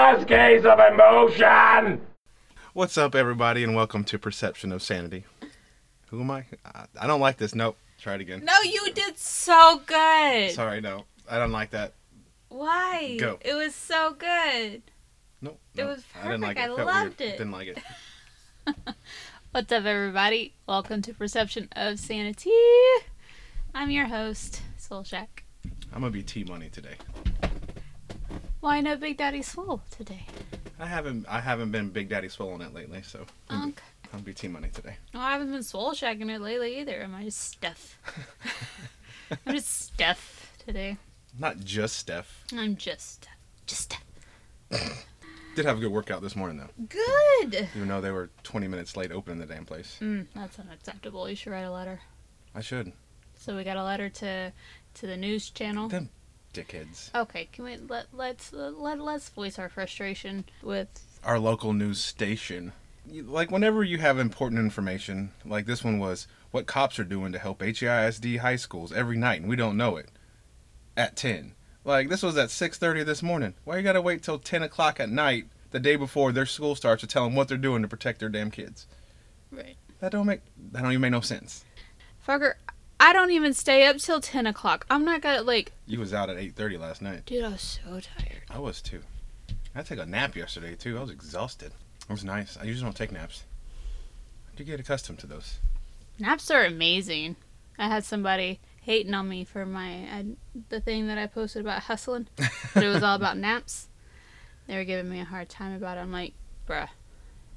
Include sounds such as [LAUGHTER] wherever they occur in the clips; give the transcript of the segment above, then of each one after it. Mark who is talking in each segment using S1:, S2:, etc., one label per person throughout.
S1: waves of emotion.
S2: What's up, everybody, and welcome to Perception of Sanity. Who am I? I- I don't like this. Nope. Try it again.
S3: No, you did so good.
S2: Sorry, no. I don't like that.
S3: Why?
S2: Go.
S3: It was so good.
S2: Nope.
S3: It
S2: nope.
S3: was
S2: I didn't like it.
S3: perfect. I
S2: Felt
S3: loved
S2: weird.
S3: it.
S2: Didn't like it.
S3: What's up, everybody? Welcome to Perception of Sanity. I'm your host, Soul Shack.
S2: I'm gonna be T Money today.
S3: Why no Big Daddy Swole today?
S2: I haven't. I haven't been Big Daddy swollen it lately, so I'm gonna
S3: Okay.
S2: be- I'll be T Money today.
S3: No, Um, I haven't been Soul Shacking it lately either. Am I just
S2: [LAUGHS]
S3: stuff? I'm just stuff today.
S2: Not just Steph.
S3: I'm just stuff. Just stuff.
S2: Did have a good workout this morning though.
S3: Good.
S2: Even though they were 20 minutes late opening the damn place.
S3: Mm, that's unacceptable. You should write a letter.
S2: I should.
S3: So we got a letter to to the news channel.
S2: Them dickheads.
S3: Okay, can we let let's let let's voice our frustration with
S2: our local news station. You- Like whenever you have important information, like this one was what cops are doing to help E HEISD high schools every night, and we don't know it. At ten, like this was at six thirty this morning. Why you gotta wait till ten o'clock at night, the day before their school starts, to tell them what they're doing to protect their damn kids?
S3: right.
S2: That don't make that don't even make no sense.
S3: Fucker, I don't even stay up till ten o'clock. I'm not gonna like,
S2: You was out at eight thirty last night.
S3: dude. I was so tired.
S2: I was too. I took a nap yesterday too. I was exhausted. It was nice. I usually don't take naps. I do get accustomed to those.
S3: Naps are amazing. I had somebody hating on me for my I, the thing that I posted about hustling, but it was all about [LAUGHS] naps. They were giving me a hard time about it. I'm like, bruh,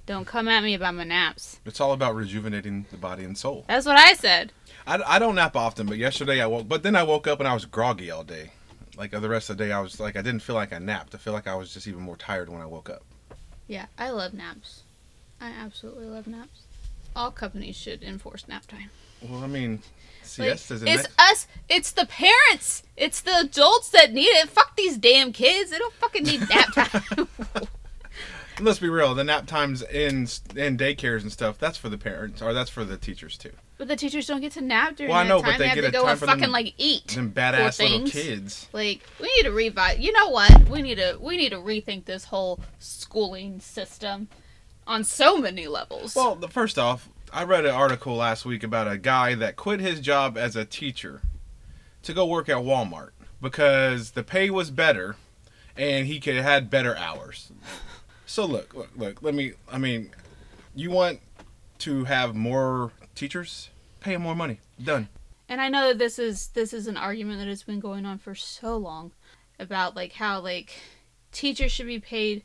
S3: don't come at me about my naps.
S2: It's all about rejuvenating the body and soul.
S3: That's what I said.
S2: I, I don't nap often, but yesterday I woke. But then I woke up and I was groggy all day. Like uh, the rest of the day, I was like I didn't feel like I napped. I feel like I was just even more tired when I woke up.
S3: Yeah, I love naps. I absolutely love naps. All companies should enforce nap time.
S2: Well, I mean,
S3: Like,
S2: siestas and
S3: it's
S2: that-
S3: us. It's the parents. It's the adults that need it. Fuck these damn kids. They don't fucking need
S2: [LAUGHS]
S3: nap time. [LAUGHS]
S2: Let's be real. The nap times in in daycares and stuff. That's for the parents or that's for the teachers too.
S3: but the teachers don't get to nap during
S2: Well, I
S3: that
S2: know, but
S3: time.
S2: they
S3: have
S2: get
S3: to
S2: a
S3: go
S2: time
S3: and
S2: for them-
S3: fucking like eat.
S2: Them badass
S3: Poor
S2: little
S3: things.
S2: kids.
S3: Like we need to revive. You know what? We need to we need to rethink this whole schooling system on so many levels.
S2: Well, the, first off, I read an article last week about a guy that quit his job as a teacher to go work at Walmart because the pay was better and he could had better hours. So look, look, look. Let me. I mean, you want to have more teachers? Pay them more money. Done.
S3: and i know that this is this is an argument that has been going on for so long about like how like teachers should be paid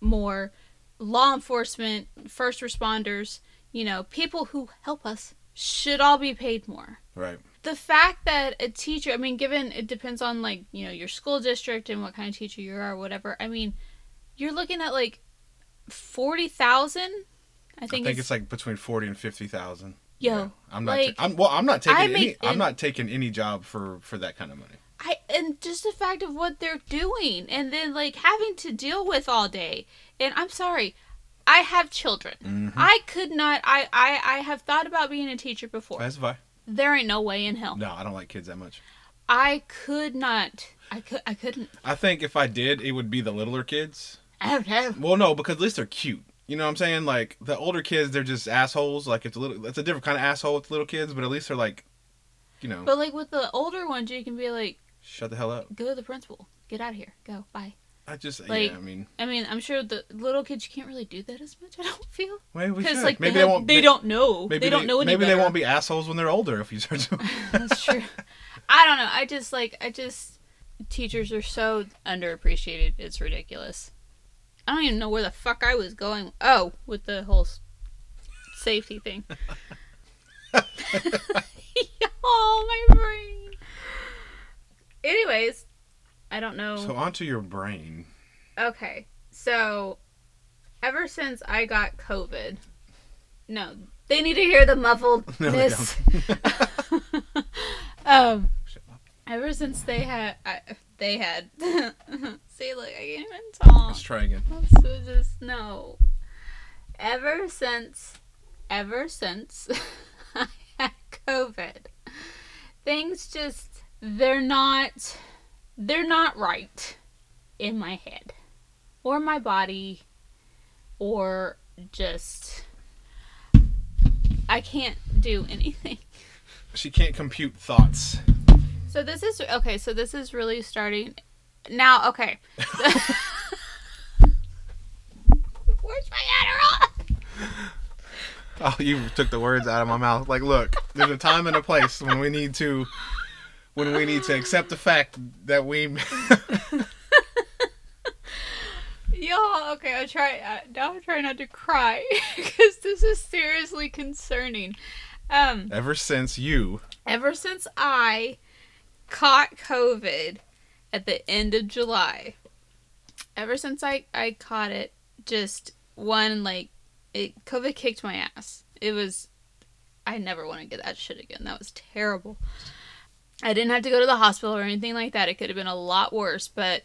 S3: more law enforcement first responders you know people who help us should all be paid more
S2: Right.
S3: the fact that a teacher i mean given it depends on like you know your school district and what kind of teacher you are whatever i mean you're looking at like 40,000 i
S2: I think,
S3: think,
S2: it's,
S3: it's,
S2: like between forty and fifty thousand.
S3: yo
S2: I'm not.
S3: like,
S2: ta- I'm well. I'm not taking.
S3: I
S2: any,
S3: make
S2: I'm
S3: in-
S2: not taking any job for for that kind of money.
S3: I and just the fact of what they're doing and then like having to deal with all day. And I'm sorry, I have children.
S2: Mm-hmm.
S3: I could not I, I I have thought about being a teacher before.
S2: That's fine.
S3: There ain't no way in hell.
S2: No, I don't like kids that much.
S3: I could not I could I couldn't
S2: I think if I did, it would be the littler kids.
S3: I don't know.
S2: Well, no, because at least they're cute. You know what I'm saying? Like the older kids, they're just assholes. Like it's a little, it's a different kind of asshole with little kids, but at least they're like, you know,
S3: But like with the older ones you can be like,
S2: shut the hell up.
S3: go to the principal. Get out of here. Go. Bye.
S2: I just,
S3: Like-
S2: yeah, I mean,
S3: I mean, I'm sure the little kids you can't really do that as much, I don't feel.
S2: maybe we
S3: Because
S2: should.
S3: like
S2: maybe
S3: they,
S2: they,
S3: have-
S2: won't.
S3: they don't know.
S2: Maybe
S3: they don't know any
S2: Maybe
S3: better.
S2: they won't be assholes when they're older if you start
S3: [LAUGHS]
S2: to.
S3: That's true. I don't know. I just like I just teachers are so underappreciated. It's ridiculous. I don't even know where the fuck I was going. Oh, with the whole s- safety thing. [LAUGHS] oh my brain. Anyways, I don't know.
S2: so onto your brain.
S3: Okay. So, ever since I got COVID, no, they need to hear the muffledness.
S2: [LAUGHS] No, they
S3: [LAUGHS] um, ever since they had, I, they had. [LAUGHS] see, look, I can't even talk.
S2: Let's try again.
S3: I'm so just no. Ever since, ever since [LAUGHS] I had COVID, things just they're not they're not right in my head. or my body or just I can't do [LAUGHS] anything.
S2: She can't compute thoughts. [LAUGHS]
S3: So this is okay, so this is really starting now okay. Where's my Adderall?
S2: Oh, you took the words out of my mouth. Like, look, there's a time and a place when we need to when we need to accept the fact that we
S3: Y'all, okay, I'll try. Uh, now I'm trying not to cry [LAUGHS] because this is seriously concerning. Um,
S2: ever since you
S3: ever since I caught COVID at the end of July, ever since I I caught it, just one like it COVID kicked my ass. It was I never want to get that shit again. That was terrible. I didn't have to go to the hospital or anything like that. It could have been a lot worse, but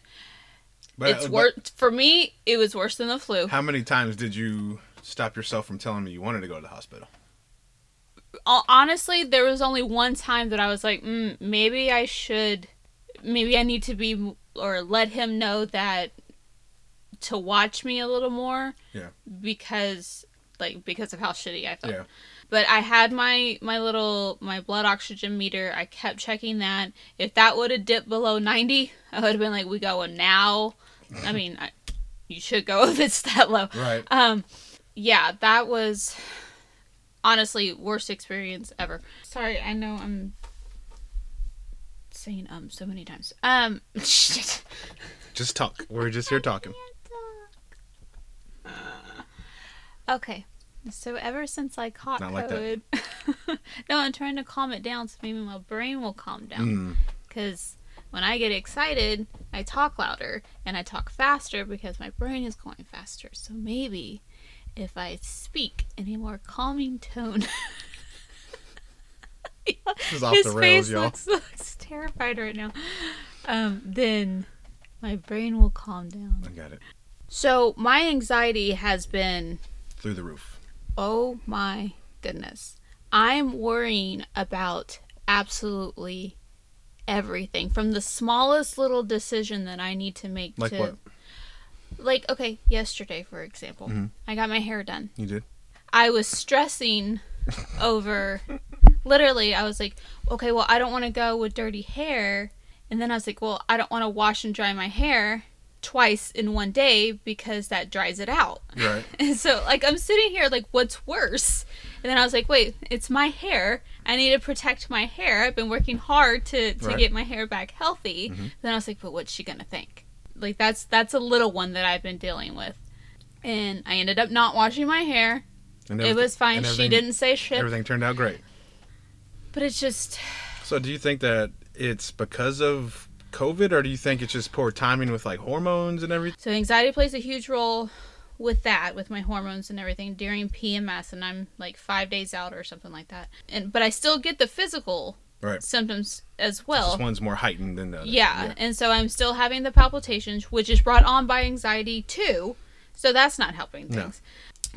S2: but, uh,
S3: it's
S2: but
S3: worse for me. It was worse than the flu.
S2: how many times did you stop yourself from telling me you wanted to go to the hospital?
S3: Ho- Honestly, there was only one time that I was like, mm, maybe I should, maybe I need to be m- or let him know that to watch me a little more.
S2: Yeah.
S3: Because like because of how shitty I felt.
S2: Yeah.
S3: But I had my my little my blood oxygen meter. I kept checking that. If that would have dipped below 90, I would have been like, we going now.
S2: [LAUGHS]
S3: I mean, I, you should go [LAUGHS] if it's that low.
S2: Right.
S3: Um, yeah, that was honestly worst experience ever. Sorry, I know I'm saying um so many times. Um, [LAUGHS] shit.
S2: Just talk. We're just here
S3: [LAUGHS]
S2: talking.
S3: Okay, so ever since I caught
S2: Not like
S3: COVID, [LAUGHS]
S2: that.
S3: no, I'm trying to calm it down so maybe my brain will calm down.
S2: Mm.
S3: Because when I get excited, I talk louder and I talk faster because my brain is going faster. So maybe if I speak in a more calming tone.
S2: This is off
S3: [LAUGHS] His
S2: the
S3: face
S2: rails, y'all.
S3: Looks, looks terrified right now. Um, then my brain will calm down.
S2: I got it.
S3: So my anxiety has been,
S2: Through the roof.
S3: oh my goodness, I'm worrying about absolutely everything from the smallest little decision that I need to make
S2: Like
S3: to
S2: what?
S3: like okay yesterday for example
S2: Mm-hmm.
S3: i got my hair done
S2: You did?
S3: I
S2: [LAUGHS]
S3: was stressing over literally I was like, okay, well I don't want to go with dirty hair. And then I was like, well, I don't want to wash and dry my hair twice in one day because that dries it out.
S2: Right.
S3: And [LAUGHS] so like I'm sitting here like what's worse? And then I was like, wait, it's my hair. I need to protect my hair. I've been working hard to to
S2: Right. Mm-hmm.
S3: get my hair back healthy. Then I was like, but what's she going to think? Like that's that's a little one that I've been dealing with. And I ended up not washing my hair.
S2: And
S3: It
S2: everything-
S3: was fine.
S2: and
S3: She
S2: everything-
S3: didn't say shit.
S2: Everything turned out great.
S3: But it's just
S2: So do you think that it's because of COVID or do you think it's just poor timing with like hormones and everything?
S3: so anxiety plays a huge role with that, with my hormones and everything during PMS, and I'm like five days out or something like that. And but I still get the physical
S2: Right.
S3: symptoms as
S2: This
S3: well.
S2: one's more heightened than the other.
S3: Yeah, and so I'm still having the palpitations, which is brought on by anxiety too. So that's not helping
S2: No.
S3: things.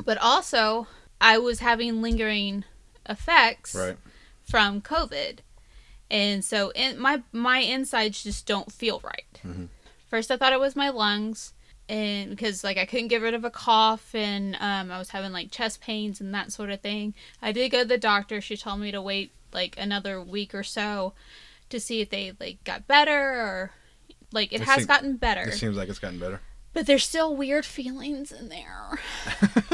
S3: But also, I was having lingering effects.
S2: Right.
S3: from COVID, and so in, my my insides just don't feel right. First, I thought it was my lungs, and because like I couldn't get rid of a cough, and um, I was having like chest pains and that sort of thing. I did go to the doctor. She told me to wait like another week or so to see if they like got better or like it
S2: It
S3: has
S2: seem-
S3: gotten better
S2: It seems like it's gotten better.
S3: but there's still weird feelings in there.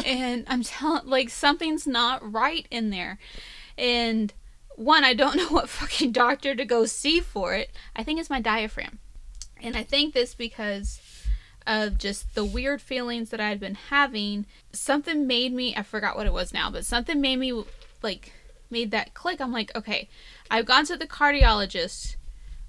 S3: and I'm telling, like, something's not right in there. And one, I don't [LAUGHS] know what fucking doctor to go see for it. I think it's my diaphragm. And I think this because of just the weird feelings that I had been having. Something made me, I forgot what it was now, but something made me, like, made that click. I'm like, okay, I've gone to the cardiologist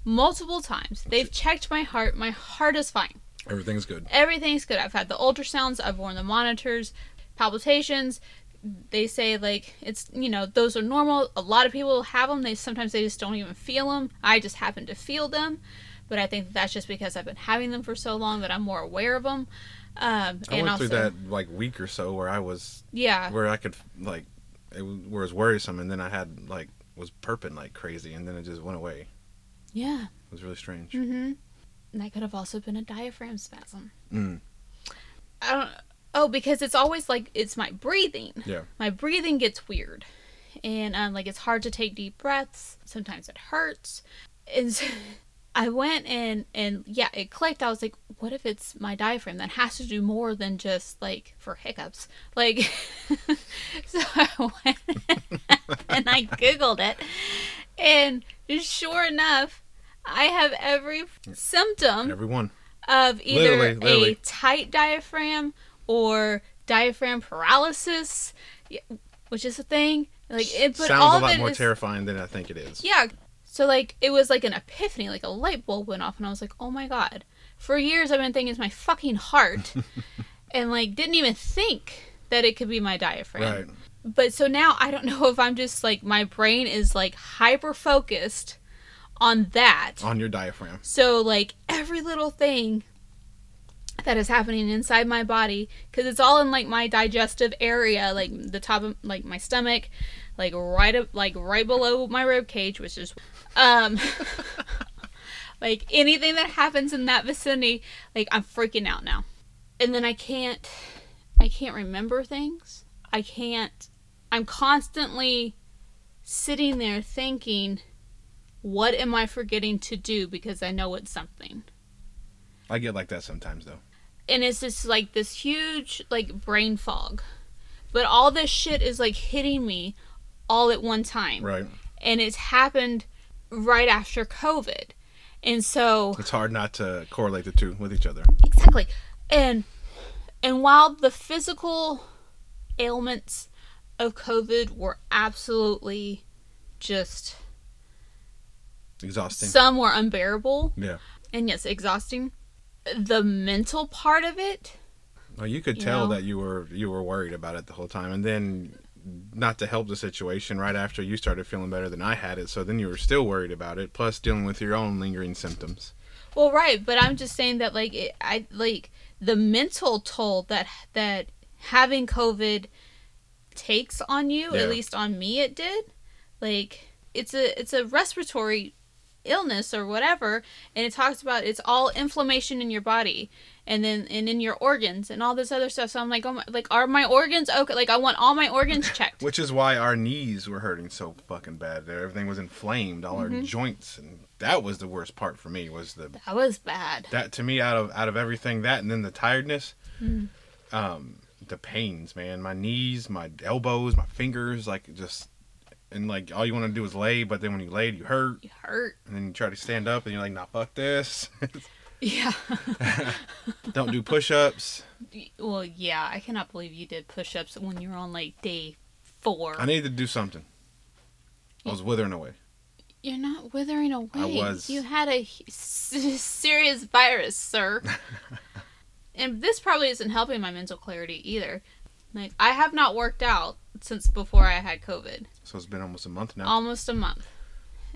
S3: multiple times. They've checked my heart. My heart is fine
S2: Everything's good.
S3: everything's good. I've had the ultrasounds, I've worn the monitors, palpitations. They say like it's you know those are normal. A lot of people have them. They sometimes they just don't even feel them. I just happen to feel them, but I think that's just because I've been having them for so long that I'm more aware of them. Um,
S2: I
S3: and
S2: went
S3: also,
S2: through that like week or so where I was
S3: yeah,
S2: where I could like it was, where it was worrisome and then I had like was perping like crazy and then it just went away. It
S3: yeah.
S2: was really strange.
S3: Mm-hmm. And that could have also been a diaphragm spasm.
S2: Mm.
S3: I don't. Oh, because it's always like it's my breathing.
S2: Yeah.
S3: My breathing gets weird, and um, like it's hard to take deep breaths. Sometimes it hurts, and so [LAUGHS] I went and and yeah, it clicked. I was like, what if it's my diaphragm that has to do more than just like for hiccups? Like, [LAUGHS] so I [LAUGHS] went and I googled it, and sure enough, I have every symptom
S2: Everyone.
S3: of either
S2: Literally, literally.
S3: a tight diaphragm or diaphragm paralysis, y- which is a thing. Like it, but
S2: Sounds
S3: all
S2: a lot
S3: of it
S2: more
S3: is-
S2: terrifying than I think it is.
S3: Yeah. So like it was like an epiphany, like a light bulb went off, and I was like, oh my god. For years I've been thinking it's my
S2: [LAUGHS]
S3: fucking heart, and like didn't even think that it could be my diaphragm
S2: Right.
S3: but so now I don't [LAUGHS] know if I'm just like my brain is like hyper focused on that.
S2: On your diaphragm.
S3: So like every little thing that is happening inside my body cuz it's all in like my digestive area, like the top of like my stomach, like right up like right below my rib cage, which is um [LAUGHS] like anything that happens in that vicinity, like I'm freaking out now. And then I can't I can't remember things. I can't I'm constantly sitting there thinking what am I forgetting to do because I know it's something.
S2: I get like that sometimes though.
S3: And it's just like this huge like brain fog. But all this shit is like hitting me all at one time.
S2: Right.
S3: And it's happened right after COVID. And so
S2: It's hard not to correlate the two with each other.
S3: exactly. And and while the physical ailments of COVID were absolutely just
S2: Exhausting.
S3: some were unbearable
S2: yeah.
S3: and yes, exhausting. The mental part of it
S2: Well, you could
S3: You
S2: tell
S3: know?
S2: that you were you were worried about it the whole time, and then not to help the situation, right after you started feeling better than I had it, so then you were still worried about it, plus dealing with your own lingering symptoms.
S3: Well, right, but I'm just saying that like it, I like the mental toll that that having COVID takes on you.
S2: Yeah.
S3: At least on me, it did. Like it's a it's a respiratory illness or whatever, and it talks about it's all inflammation in your body and then and in your organs and all this other stuff. So I'm like, oh my, like are my organs okay? Like I want all my organs checked.
S2: Which is why our knees were hurting so fucking bad. Everything was inflamed, all our joints, and that was the worst part for me. Was the
S3: that was bad.
S2: that to me out of out of everything that, and then the tiredness, um, the pains, man. My knees, my elbows, my fingers, like just, and like all you want to do is lay, but then when you laid, you hurt.
S3: It hurt.
S2: and then you try to stand up and you're like, nah, fuck this. [LAUGHS]
S3: Yeah.
S2: Don't do push ups.
S3: Well, yeah, I cannot believe you did push-ups when you were on like day four.
S2: I needed to do something. I was withering away.
S3: You're not withering away.
S2: I was.
S3: You had a h- s- serious virus,
S2: [LAUGHS]
S3: sir. and this probably isn't helping my mental clarity either. Like I have not worked out since before I had COVID.
S2: So it's been almost a month now.
S3: Almost a month.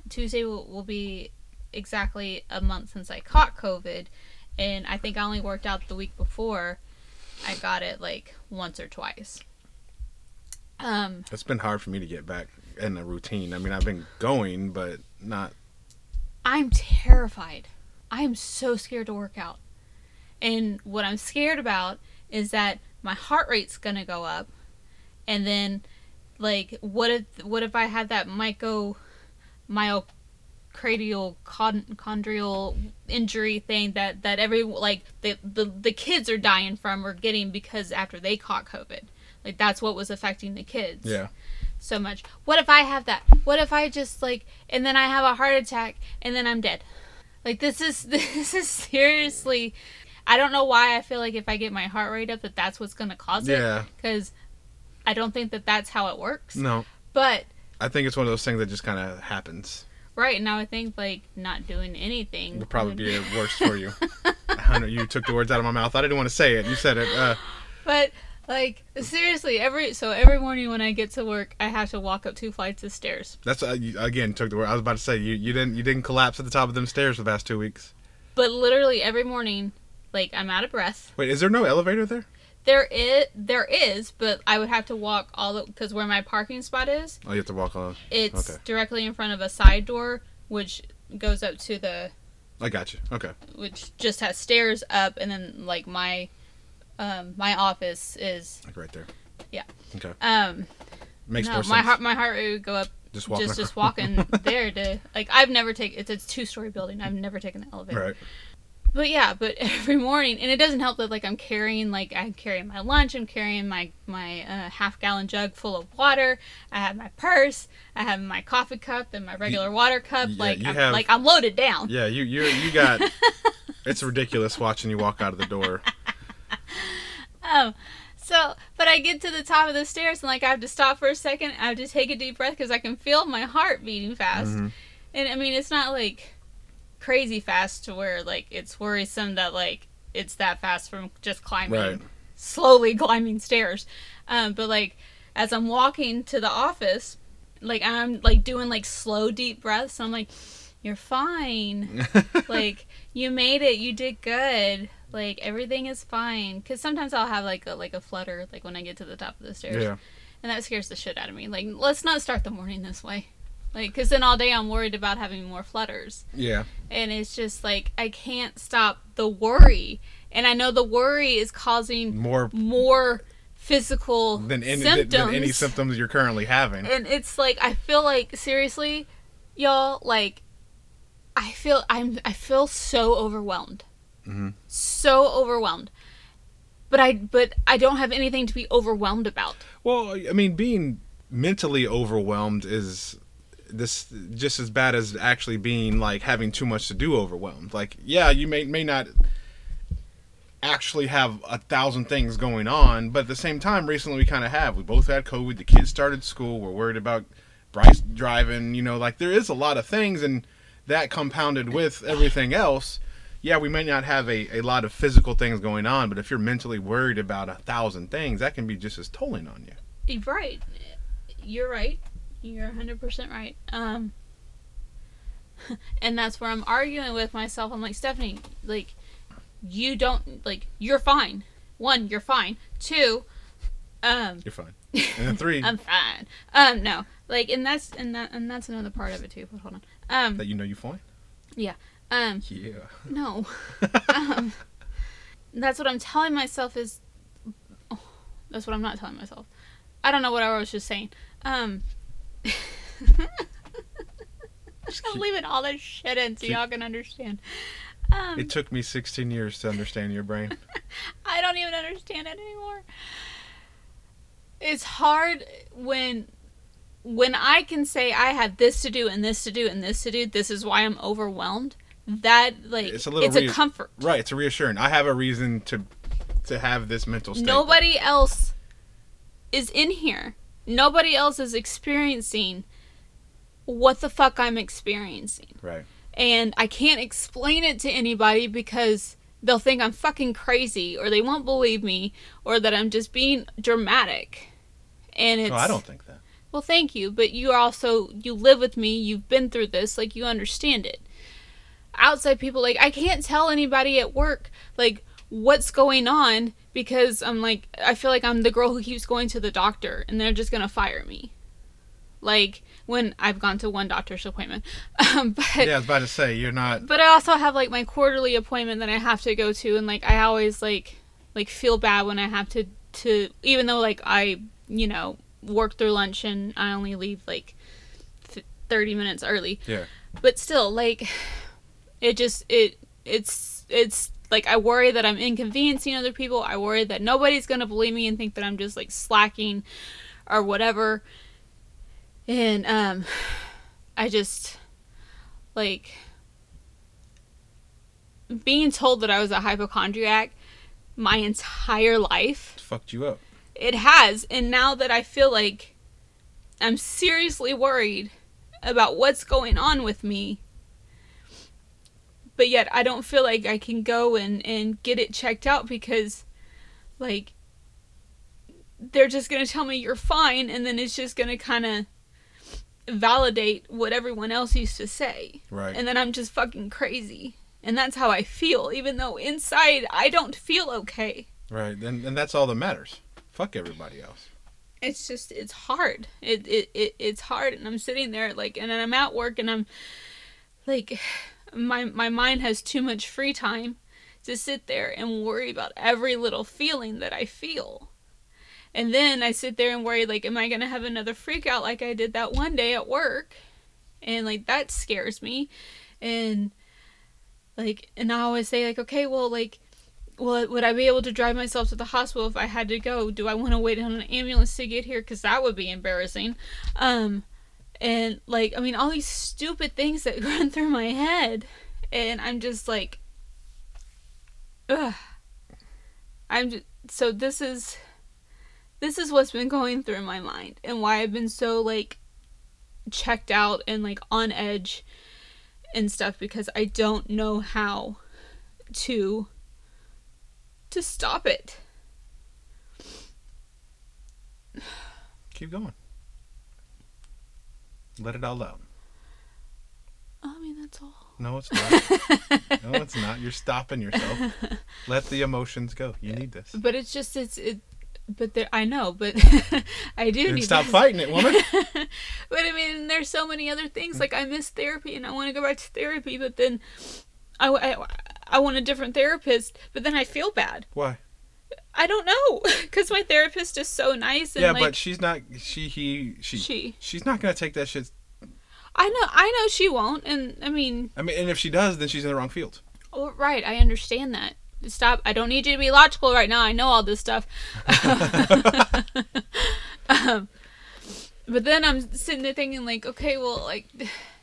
S3: Tuesday will, will be exactly a month since I caught COVID, and I think I only worked out the week before. I got it like once or twice. Um,
S2: It's been hard for me to get back in a routine. I mean, I've been going, but not.
S3: I'm terrified. I am so scared to work out. And what I'm scared about is that my heart rate's going to go up. And then like what if what if I had that myco myocranial con- chondrial injury thing that that every like the, the the kids are dying from or getting because after they caught covid. Like that's what was affecting the kids
S2: Yeah.
S3: so much. What if I have that? What if I just like and then I have a heart attack and then I'm dead? Like this is [LAUGHS] this is seriously I don't know why I feel like if I get my heart rate up that that's what's going to cause
S2: Yeah.
S3: it cuz I don't think that that's how it works. [LAUGHS]
S2: No.
S3: But
S2: I think it's one of those things that just kind of happens.
S3: right now I think like not doing anything Um,
S2: It'll probably be worse for you. I know you took the words out of my mouth. I didn't want to say it. You said it. Uh,
S3: But like seriously, every so every morning when I get to work, I have to walk up two flights of stairs.
S2: that's uh, you, again took the word. I was about to say you, you didn't you didn't collapse at the top of them stairs for the past two weeks.
S3: But literally every morning, like I'm out of breath.
S2: Wait, is there no elevator there?
S3: There is, there is, but I would have to walk all the because where my parking spot is,
S2: Oh, you have to walk alone.
S3: it's
S2: Okay.
S3: directly in front of a side door, which goes up to the,
S2: I got you. Okay.
S3: which just has stairs up, and then like my um, my office is.
S2: Like right there.
S3: Um,
S2: Makes
S3: no,
S2: more
S3: my
S2: sense.
S3: heart my heart rate would go up
S2: just walking.
S3: just
S2: [LAUGHS]
S3: just
S2: across-
S3: walking there to like I've never taken it's a two story building. I've never taken the elevator.
S2: Right.
S3: But yeah, but [LAUGHS] every morning, and it doesn't help that like I'm carrying like I'm carrying my lunch, I'm carrying my my uh, half gallon jug full of water. I have my purse, I have my coffee cup and my regular water cup.
S2: yeah,
S3: like
S2: you
S3: I'm,
S2: have-
S3: like I'm loaded down.
S2: Yeah, you you you
S3: [LAUGHS]
S2: got. it's ridiculous watching you walk out of the door. [LAUGHS]
S3: Um, so but I get to the top of the stairs and like I have to stop for a second. I have to take a deep breath because I can feel my heart beating fast.
S2: Mhm.
S3: And I mean, it's not like crazy fast to where like it's worrisome that like it's that fast from just climbing
S2: Right.
S3: slowly [LAUGHS] climbing stairs. Um, but like as I'm walking to the office, like I'm like doing like slow deep breaths. I'm like, you're fine. like you made it. You did good. Like everything is fine. Cause sometimes I'll have like a like a flutter like when I get to the top of the stairs
S2: yeah.
S3: and that scares the shit out of me. Like, let's not start the morning this way. Like, because then all day I'm worried about having more flutters.
S2: Yeah.
S3: And it's just like, I can't stop the worry. And I know the worry is causing
S2: More
S3: more physical
S2: than any than-
S3: symptoms.
S2: than any symptoms you're currently having.
S3: And it's like, I feel like, seriously, y'all, like, I feel, I'm, I feel so overwhelmed.
S2: Mhm.
S3: So overwhelmed. But I, but I don't have anything to be overwhelmed about.
S2: Well, I mean, being mentally overwhelmed is this just as bad as actually being like having too much to do overwhelmed. Like, yeah, you may may not actually have a thousand things going on, but at the same time, recently we kind of have. We both had COVID. The kids started school. We're worried about Bryce driving. You know, like there is a lot of things, and that compounded with everything else. Yeah, we may not have a, a lot of physical things going on, but if you're mentally worried about a thousand things, that can be just as tolling on you.
S3: You're right. You're right. You're 100% right. Um [LAUGHS] and that's where I'm arguing with myself. I'm like, "Stephanie, like you don't like you're fine. One, you're fine. Two, um
S2: You're fine. And then three, [LAUGHS]
S3: [LAUGHS] I'm fine. Um no. Like and that's and that and that's another part of it too. But hold on. Um
S2: that you know you're fine.
S3: um
S2: Yeah. [LAUGHS]
S3: no. um, that's what I'm telling myself is. oh, that's what I'm not telling myself. I don't know what I was just saying. Um,
S2: Just
S3: I'm
S2: keep-
S3: leaving all this shit in so
S2: keep-
S3: y'all can understand. Um,
S2: It took me 16 years to understand your brain.
S3: I don't even understand it anymore. It's hard when when I can say I have this to do and this to do and this to do. This is why I'm overwhelmed. That like
S2: It's
S3: it's
S2: a
S3: a,
S2: little weird.
S3: comfort.
S2: Right. It's reassuring. I have a reason to to have this mental state.
S3: Nobody else is in here. Nobody else is experiencing what the fuck I'm experiencing.
S2: Right.
S3: And I can't explain it to anybody because they'll think I'm fucking crazy or they won't believe me or that I'm just being dramatic. And it's
S2: No, Oh, I don't think that.
S3: well, thank you, but you are also you live with me. You've been through this, like you understand it. Outside people, like I can't tell anybody at work like what's going on because I'm like I feel like I'm the girl who keeps going to the doctor and they're just gonna fire me. Like when I've gone to one doctor's appointment, [LAUGHS] um, but
S2: Yeah, I was about to say you're not.
S3: but I also have like my quarterly appointment that I have to go to, and like I always like like feel bad when I have to to even though like I you know work through lunch and I only leave like th- thirty minutes early.
S2: Yeah.
S3: But still, like it just it it's it's like I worry that I'm inconveniencing other people. I worry that nobody's gonna believe me and think that I'm just like slacking or whatever. And um, [SIGHS] I just like being told that I was a hypochondriac my entire life.
S2: It's fucked you up.
S3: It has, and now that I feel like I'm seriously worried about what's going on with me, but yet I don't feel like I can go and, and get it checked out because, like, they're just going to tell me you're fine, and then it's just going to kind of validate what everyone else used to say
S2: Right.
S3: and then I'm just fucking crazy. And that's how I feel, even though inside I don't feel okay.
S2: right. And, and that's all that matters. Fuck everybody else.
S3: It's just it's hard. It, it it it's hard, and I'm sitting there like, and then I'm at work, and I'm like, my my mind has too much free time to sit there and worry about every little feeling that I feel. And then I sit there and worry, like, am I going to have another freak out like I did that one day at work? And, like, that scares me. And, like, and I always say, like, okay, well, like, well, would I be able to drive myself to the hospital if I had to go? Do I want to wait on an ambulance to get here? Because that would be embarrassing. Um, and like, I mean, all these stupid things that [LAUGHS] run through my head, and I'm just like, ugh. I'm just, so this is, this is what's been going through my mind, and why I've been so like, checked out and like on edge, and stuff because I don't know how to to stop it.
S2: Keep going. Let it all out.
S3: I mean, that's all.
S2: No, it's not. no, it's not. You're stopping yourself. Let the emotions go. You need this.
S3: [LAUGHS] But it's just it's it. But there, I know, but [LAUGHS] I do
S2: And
S3: need
S2: stop
S3: this. [LAUGHS]
S2: fighting it, woman.
S3: but I mean, there's so many other things. Like I miss therapy, and I want to go back to therapy, but then I, I, I want a different therapist. But then I feel bad.
S2: Why?
S3: I don't know [LAUGHS] because my therapist is so nice and
S2: Yeah,
S3: like
S2: but she's not. She, he, she.
S3: She.
S2: She's not gonna take that shit.
S3: I know I know she won't. And I mean,
S2: I mean, and if she does, then she's in the wrong field.
S3: oh, right, I understand that. Stop! I don't need you to be logical right now. I know all
S2: [LAUGHS]
S3: this stuff. [LAUGHS] um, but then I'm sitting there thinking, like, okay, well, like,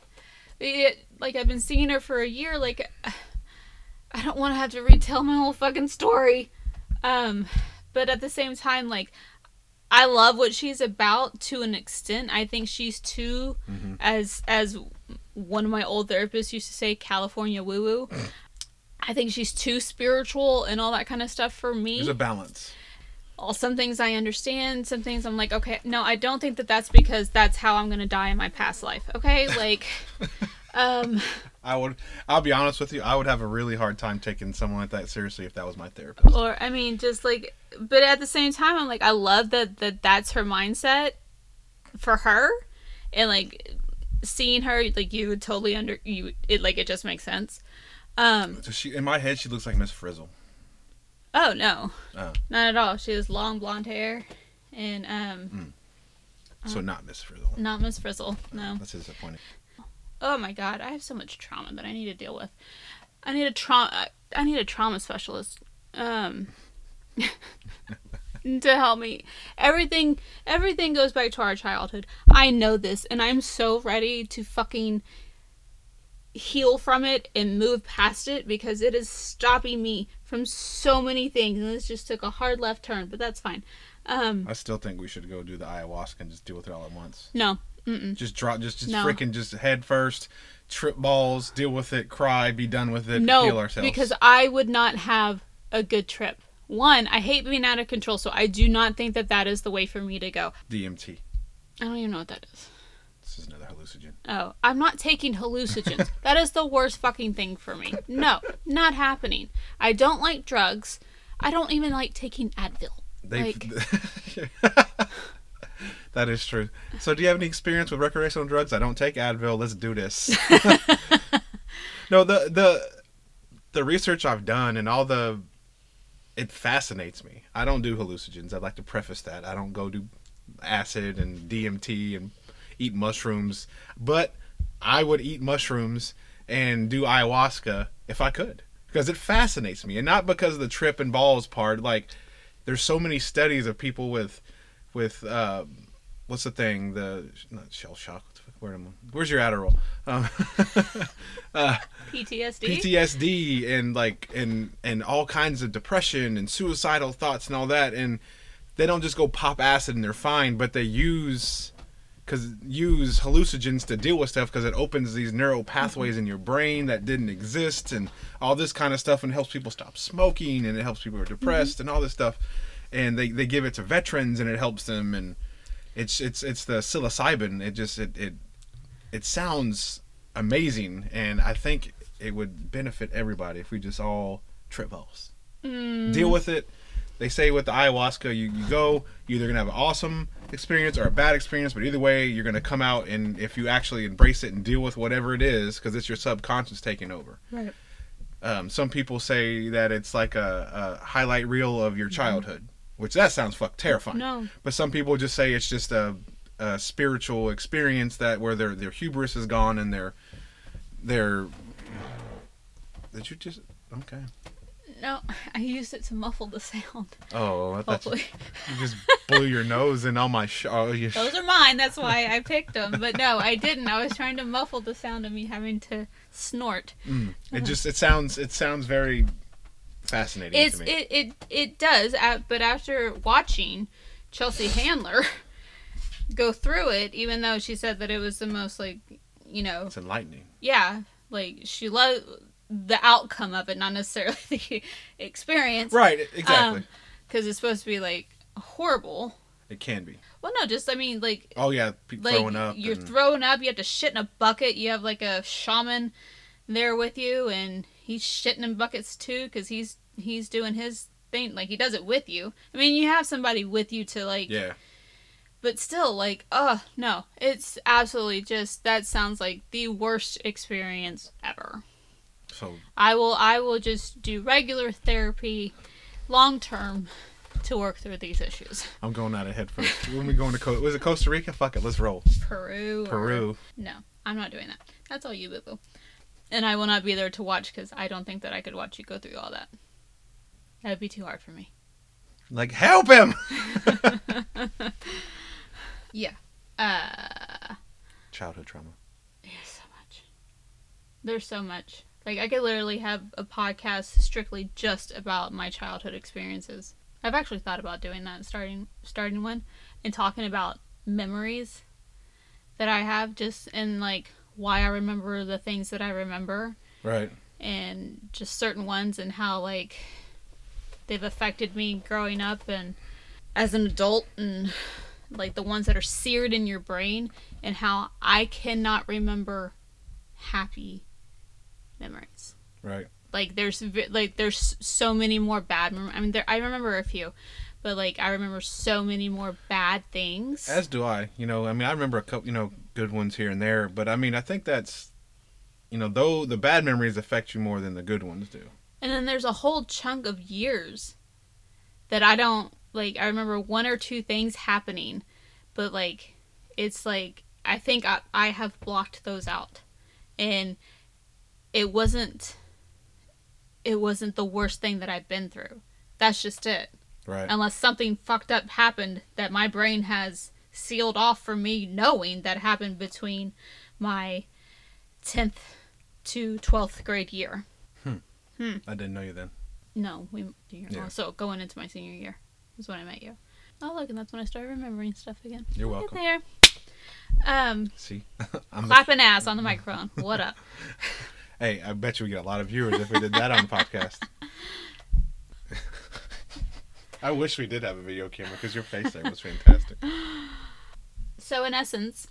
S3: [SIGHS] it, like I've been seeing her for a year. Like, [SIGHS] I don't want to have to retell my whole fucking story. Um, but at the same time, like, I love what she's about to an extent. I think she's too,
S2: Mm-hmm.
S3: as as one of my old therapists used to say, California
S2: [CLEARS THROAT]
S3: woo woo. I think she's too spiritual and all that kind of stuff for me
S2: There's a balance.
S3: all some things I understand, some things I'm like, okay, no, I don't think that that's because that's how I'm gonna die in my past life. Okay, like, um,
S2: I would. I'll be honest with you. I would have a really hard time taking someone like that seriously if that was my therapist.
S3: or I mean, just like, but at the same time, I'm like, I love that that that's her mindset for her, and like seeing her, like you would totally under you, it like it just makes sense. Um,
S2: So she, in my head, she looks like Miss Frizzle.
S3: oh no,
S2: Oh.
S3: not at all. She has long blonde hair, and um, Uh-huh.
S2: So not Miss Frizzle.
S3: not Miss Frizzle. No.
S2: That's disappointing.
S3: oh my god i have so much trauma that i need to deal with i need a trauma i need a trauma specialist um [LAUGHS] to help me everything everything goes back to our childhood i know this and i'm so ready to fucking heal from it and move past it because it is stopping me from so many things and this just took a hard left turn but that's fine um
S2: I still think we should go do the ayahuasca and just deal with it all at once.
S3: no mm-mm.
S2: Just drop, just just
S3: Mm. No.
S2: freaking just head first, trip balls, deal with it, cry, be done with it, heal
S3: No,
S2: ourselves.
S3: because I would not have a good trip. One, I hate being out of control, so I do not think that that is the way for me to go.
S2: DMT.
S3: I don't even know what that is.
S2: This is another hallucinogen.
S3: Oh, I'm not taking
S2: [LAUGHS]
S3: hallucinogens. that is the worst fucking thing for me. No, not happening. I don't like drugs. I don't even like taking Advil.
S2: They. [LAUGHS] that is true. So, do you have any experience with recreational drugs? I don't take Advil. Let's do
S3: [LAUGHS]
S2: this. [LAUGHS] no, the the the research I've done and all the it fascinates me. I don't do hallucinogens. I'd like to preface that. I don't go do acid and DMT and eat mushrooms, but I would eat mushrooms and do ayahuasca if I could because it fascinates me and not because of the trip and balls part like there's so many studies of people with with uh what's the thing the not shell shock what the fuck word am I- where's your Adderall um, [LAUGHS]
S3: PTSD.
S2: PTSD and like and and all kinds of depression and suicidal thoughts and all that and they don't just go pop acid and they're fine but they use cuz use hallucinogens to deal with stuff cuz it opens these neural pathways in your brain that didn't exist and all this kind of stuff and helps people stop smoking and it helps people who are depressed and all this stuff and they they give it to veterans and it helps them and it's it's it's the psilocybin it just it it it sounds amazing, and I think it would benefit everybody if we just all trip balls. Deal with it. They say with the ayahuasca, you, you go, you're either gonna have an awesome experience or a bad experience, but either way, you're gonna come out, and if you actually embrace it and deal with whatever it is, because it's your subconscious taking over,
S3: Right.
S2: Um, some people say that it's like a, a highlight reel of your childhood, which that sounds fuck terrifying.
S3: Mm-hmm. No.
S2: But some people just say it's just a, a spiritual experience that where their their hubris is gone and their their. Did you just okay?
S3: No, [LAUGHS] I used it to muffle the sound.
S2: Oh, I
S3: [LAUGHS]
S2: thought you,
S3: Hopefully,
S2: you just blew your nose and all my sh- all your sh-
S3: those are mine. That's why I picked them. But no, I didn't. I was trying to muffle the sound of me having to snort.
S2: it just it sounds it sounds very fascinating
S3: It's
S2: to me.
S3: it it it does. uh, But after watching Chelsea Handler [LAUGHS] go through it, even though she said that it was the most like you know
S2: it's enlightening.
S3: yeah like she loved the outcome of it, not necessarily [LAUGHS] the experience,
S2: Right, exactly.
S3: Because it's supposed to be like horrible.
S2: it can be.
S3: Well, no, just I mean like
S2: Oh yeah, pe-
S3: like
S2: throwing up.
S3: you're
S2: and-
S3: throwing up. You have to shit in a bucket. You have like a shaman there with you, and he's shitting in buckets too because he's he's doing his thing. Like he does it with you. I mean, you have somebody with you to like.
S2: yeah,
S3: But still, like, oh no, it's absolutely just that sounds like the worst experience ever.
S2: so
S3: I will I will just do regular therapy, long term, to work through these issues.
S2: I'm going out ahead first. [LAUGHS] when we going to Co- was it Costa Rica? Fuck it, let's roll.
S3: Peru. or-
S2: Peru.
S3: No, I'm not doing that. That's all you, boo boo. And I will not be there to watch because I don't think that I could watch you go through all that. That would be too hard for me.
S2: Like help him.
S3: [LAUGHS]
S2: [LAUGHS]
S3: Yeah. Uh,
S2: Childhood trauma.
S3: there's so much. There's so much. Like, I could literally have a podcast strictly just about my childhood experiences. I've actually thought about doing that, starting starting one, and talking about memories that I have, just and like why I remember the things that I remember.
S2: Right.
S3: and just certain ones and how like they've affected me growing up and as an adult and like the ones that are seared in your brain and how I cannot remember happy memories.
S2: Right.
S3: Like there's vi- like there's so many more bad. Mem- I mean there I remember a few, but like I remember so many more bad things.
S2: As do I. You know, I mean, I remember a couple, you know, good ones here and there, but I mean, I think that's, you know, though the bad memories affect you more than the good ones do.
S3: And then there's a whole chunk of years that I don't like. I remember one or two things happening, but like, it's like I think I, I have blocked those out, and it wasn't. It wasn't the worst thing that I've been through. That's just it.
S2: Right.
S3: Unless something fucked up happened that my brain has sealed off for me knowing that happened between my 10th to 12th grade year.
S2: I didn't know you then.
S3: No, we junior.
S2: Yeah.
S3: Yeah. So going into my senior year is when I met you. Oh look, and that's when I started remembering stuff again.
S2: You're
S3: Look at
S2: welcome.
S3: there. Um,
S2: See, I'm a,
S3: clapping ass on the microphone.
S2: [LAUGHS]
S3: What up?
S2: hey, I bet you we get a lot of viewers if we did that on the
S3: [LAUGHS]
S2: podcast. [LAUGHS] I wish we did have a video camera because your face there was fantastic.
S3: So in essence,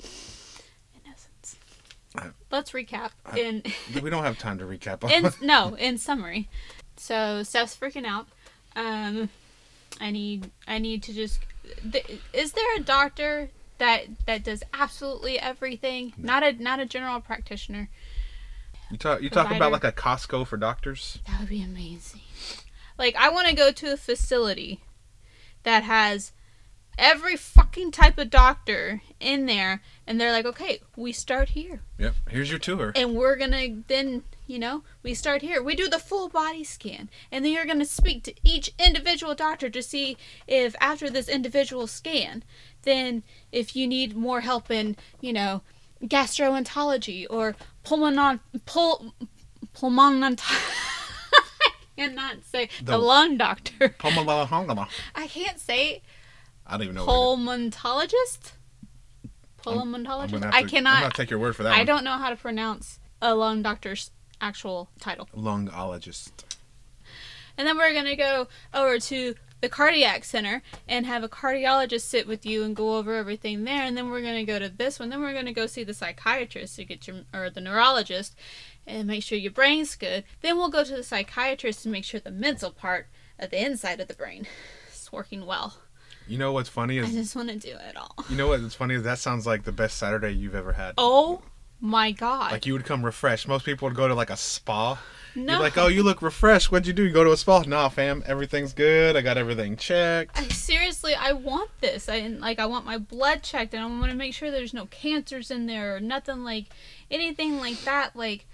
S3: in essence,
S2: I-
S3: let's recap. In [LAUGHS]
S2: We don't have time to recap.
S3: in no, in summary. So Steph's freaking out. Um, I need I need to just. Th- is there a doctor that that does absolutely everything? Not a not a general practitioner.
S2: [LAUGHS] You talk you talk about
S3: Provider.
S2: like a Costco for doctors.
S3: That would be amazing. Like, I want to go to a facility that has every fucking type of doctor in there, and they're like, okay, we start here.
S2: Yep. Here's your tour.
S3: And we're going to then, you know, we start here. We do the full body scan, and then you're going to speak to each individual doctor to see if after this individual scan, then if you need more help in, you know, gastroenterology or pulmonon, pul, pulmonon. [LAUGHS] I cannot say the,
S2: The-
S3: lung doctor.
S2: [LAUGHS] Pulmonologist.
S3: I can't say
S2: I don't even know. what
S3: pulmonologist.
S2: it is. I'm
S3: Pulmonologist.
S2: gonna have
S3: I
S2: to-
S3: cannot.
S2: I'm gonna take your word for that.
S3: I
S2: one.
S3: don't know how to pronounce a lung doctor's actual title.
S2: Lungologist.
S3: And then we're going to go over to the cardiac center and have a cardiologist sit with you and go over everything there. And then we're going to go to this one. Then we're going to go see the psychiatrist to get your, or the neurologist and make sure your brain's good. Then we'll go to the psychiatrist to make sure the mental part of the inside of the brain is working well.
S2: You know what's funny
S3: I
S2: is
S3: just want to do it all.
S2: you know what's funny is that sounds like the best Saturday you've ever had.
S3: Oh my god.
S2: Like you would come refreshed. Most people would go to like a spa.
S3: no.
S2: You're like, oh, you look refreshed. What'd you do? You go to a spa? Nah, fam, everything's good. I got everything checked.
S3: I- seriously, I want this. I and, like I want my blood checked and I want to make sure there's no cancers in there or nothing like anything like that like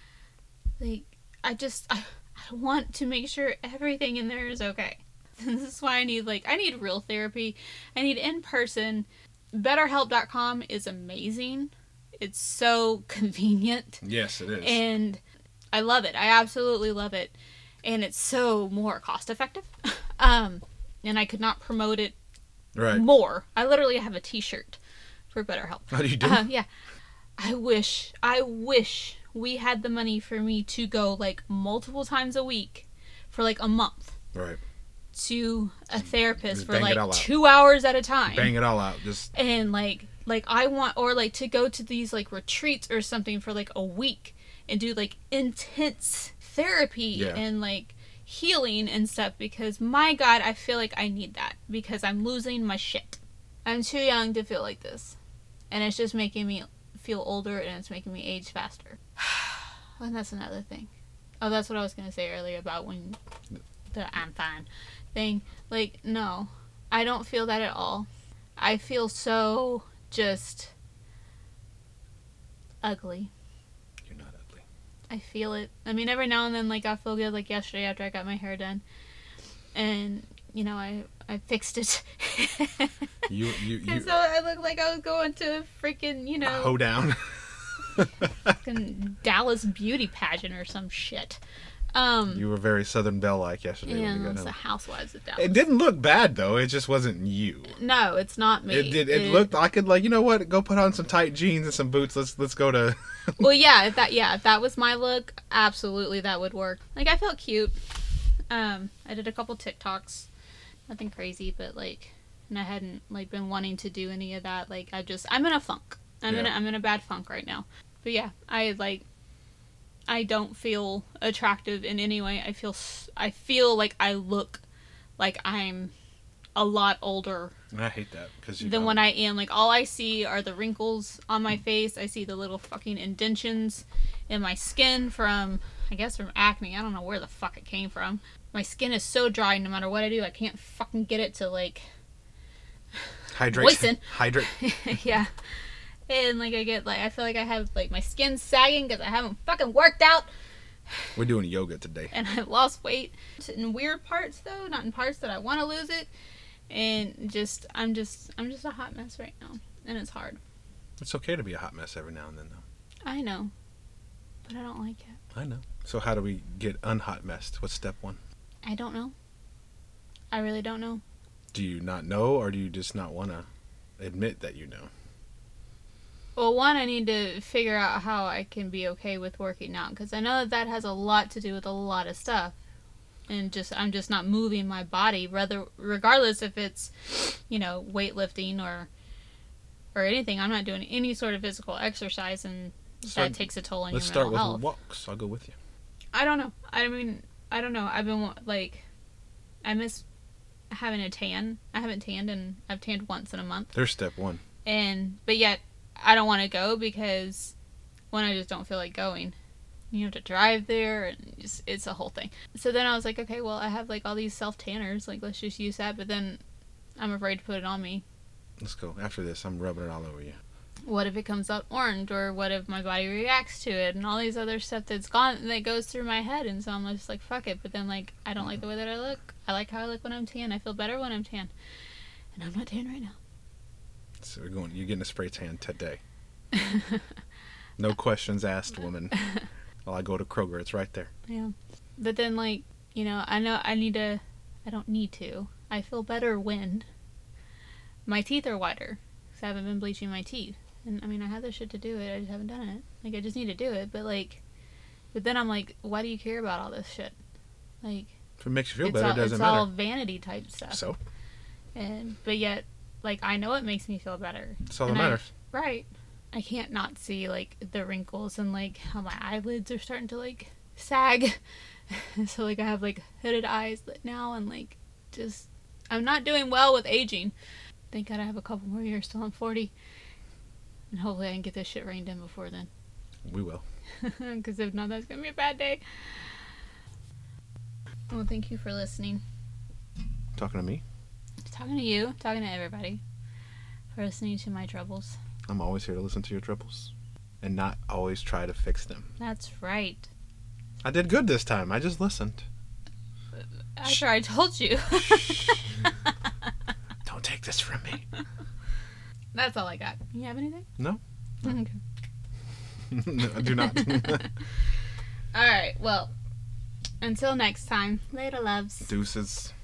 S3: like I just I, I want to make sure everything in there is okay. [LAUGHS] this is why I need like I need real therapy. I need in person. betterhelp.com is amazing. It's so [LAUGHS] convenient
S2: Yes, it is.
S3: and I love it. I absolutely love it, and it's so more cost effective. [LAUGHS] um, and I could not promote it
S2: right.
S3: more. I literally have a T-shirt for BetterHelp.
S2: How do you do?
S3: Uh, yeah, I wish, I wish we had the money for me to go like multiple times a week for like a month
S2: right.
S3: to a therapist
S2: Just
S3: for
S2: bang it all
S3: like
S2: out.
S3: two hours at a time
S2: Bang it all out. Just
S3: and like like i want or like to go to these like retreats or something for like a week and do like intense therapy
S2: Yeah.
S3: and like healing and stuff because my god i feel like i need that because i'm losing my shit i'm too young to feel like this and it's just making me feel older and it's making me age faster [SIGHS] and that's another thing oh that's what i was going to say earlier about when the i'm fine thing like no i don't feel that at all I feel so just ugly.
S2: you're not ugly.
S3: I feel it. I mean, every now and then, like I feel good. Like yesterday, after I got my hair done, and you know, I I fixed it, [LAUGHS]
S2: You you you
S3: and so I looked like I was going to freaking you know
S2: hoe down.
S3: fucking Dallas beauty pageant or some shit. Um,
S2: you were very Southern Belle like yesterday. when you
S3: and
S2: got
S3: it's the
S2: home.
S3: Housewives of Dallas.
S2: It didn't look bad though. It just wasn't you.
S3: No, it's not me.
S2: It did. It, looked. I could like you know what? Go put on some tight jeans and some boots. Let's let's go to.
S3: [LAUGHS] well yeah if that yeah if that was my look absolutely that would work like i felt cute um i did a couple tiktoks nothing crazy but like and i hadn't like been wanting to do any of that like i just i'm in a funk i'm in a,
S2: Yeah.
S3: i'm in a bad funk right now but yeah i like i don't feel attractive in any way i feel s- i feel like i look like i'm a lot older
S2: [LAUGHS] I hate that because you.
S3: than when I am. Like all I see are the wrinkles on my face. I see the little fucking indentions in my skin from I guess from acne. I don't know where the fuck it came from. My skin is so dry no matter what I do, I can't fucking get it to like [LAUGHS]
S2: hydrate.
S3: moisten.
S2: [LAUGHS] Hydrate.
S3: yeah. And like I get like I feel like I have like my skin sagging cuz I haven't fucking worked out
S2: We're doing yoga today.
S3: and [LAUGHS] I lost weight in weird parts though, not in parts that I want to lose it. And just I'm just I'm just a hot mess right now and it's hard.
S2: It's okay to be a hot mess every now and then though.
S3: I know. But I don't like it.
S2: I know. So how do we get unhot messed? What's step one?
S3: I don't know. I really don't know.
S2: Do you not know, or do you just not want to admit that you know?
S3: Well, one, I need to figure out how I can be okay with working out because I know that that has a lot to do with a lot of stuff, and just I'm just not moving my body, rather regardless if it's, you know, weightlifting or, or anything. I'm not doing any sort of physical exercise, and that
S2: Start-
S3: takes a toll on
S2: Let's
S3: your
S2: start
S3: mental
S2: with
S3: health.
S2: walks. I'll go with you.
S3: I don't know. I mean, I don't know. I've been wa- like, I miss having a tan. I haven't tanned, and I've tanned once in a month.
S2: There's step one.
S3: and but yet I don't want to go because when I just don't feel like going, you have to drive there and just it's a whole thing. So then I was like, okay, well I have like all these self tanners, like let's just use that. But then I'm afraid to put it on me.
S2: Let's go. After this, I'm rubbing it all over you.
S3: What if it comes out orange, or what if my body reacts to it, and all these other stuff that's gone that goes through my head, and so I'm just like, fuck it. But then like I don't like the way that I look. I like how I look when I'm tan. I feel better when I'm tan, and I'm not tan right now.
S2: So we're going. You're getting a spray tan today.
S3: [LAUGHS]
S2: No questions asked, woman. Well, I go to Kroger. It's right there.
S3: Yeah. But then like, you know, I know I need to I don't need to. I feel better when my teeth are whiter cuz I haven't been bleaching my teeth. And I mean, I had the shit to do it. I just haven't done it. Like I just need to do it, but like but then I'm like, why do you care about all this shit? Like
S2: If it makes you feel
S3: it's
S2: better,
S3: all
S2: it doesn't
S3: it's
S2: matter.
S3: all vanity type stuff.
S2: so
S3: And but yet like I know it makes me feel better.
S2: it's all that
S3: And I-
S2: matters.
S3: Right. I can't not see like the wrinkles and like how my eyelids are starting to like sag. [LAUGHS] so like I have like hooded eyes now and like just I'm not doing well with aging. Thank God I have a couple more years till I'm 40. And hopefully I can get this shit reined in before then. [LAUGHS]
S2: We will.
S3: because if not, that's gonna be a bad day. Well, thank you for listening.
S2: Talking to me?
S3: Talking to you, talking to everybody, for listening to my troubles.
S2: I'm always here to listen to your troubles and not always try to fix them.
S3: That's right.
S2: I did good this time. I just
S3: [LAUGHS]
S2: listened.
S3: After I told you, [LAUGHS]
S2: Don't take this from me.
S3: that's all I got. You have anything?
S2: No.
S3: [LAUGHS] Okay.
S2: [LAUGHS] no, do [LAUGHS]
S3: [LAUGHS]
S2: not.
S3: All right. Well, until next time. Later, loves.
S2: Deuces.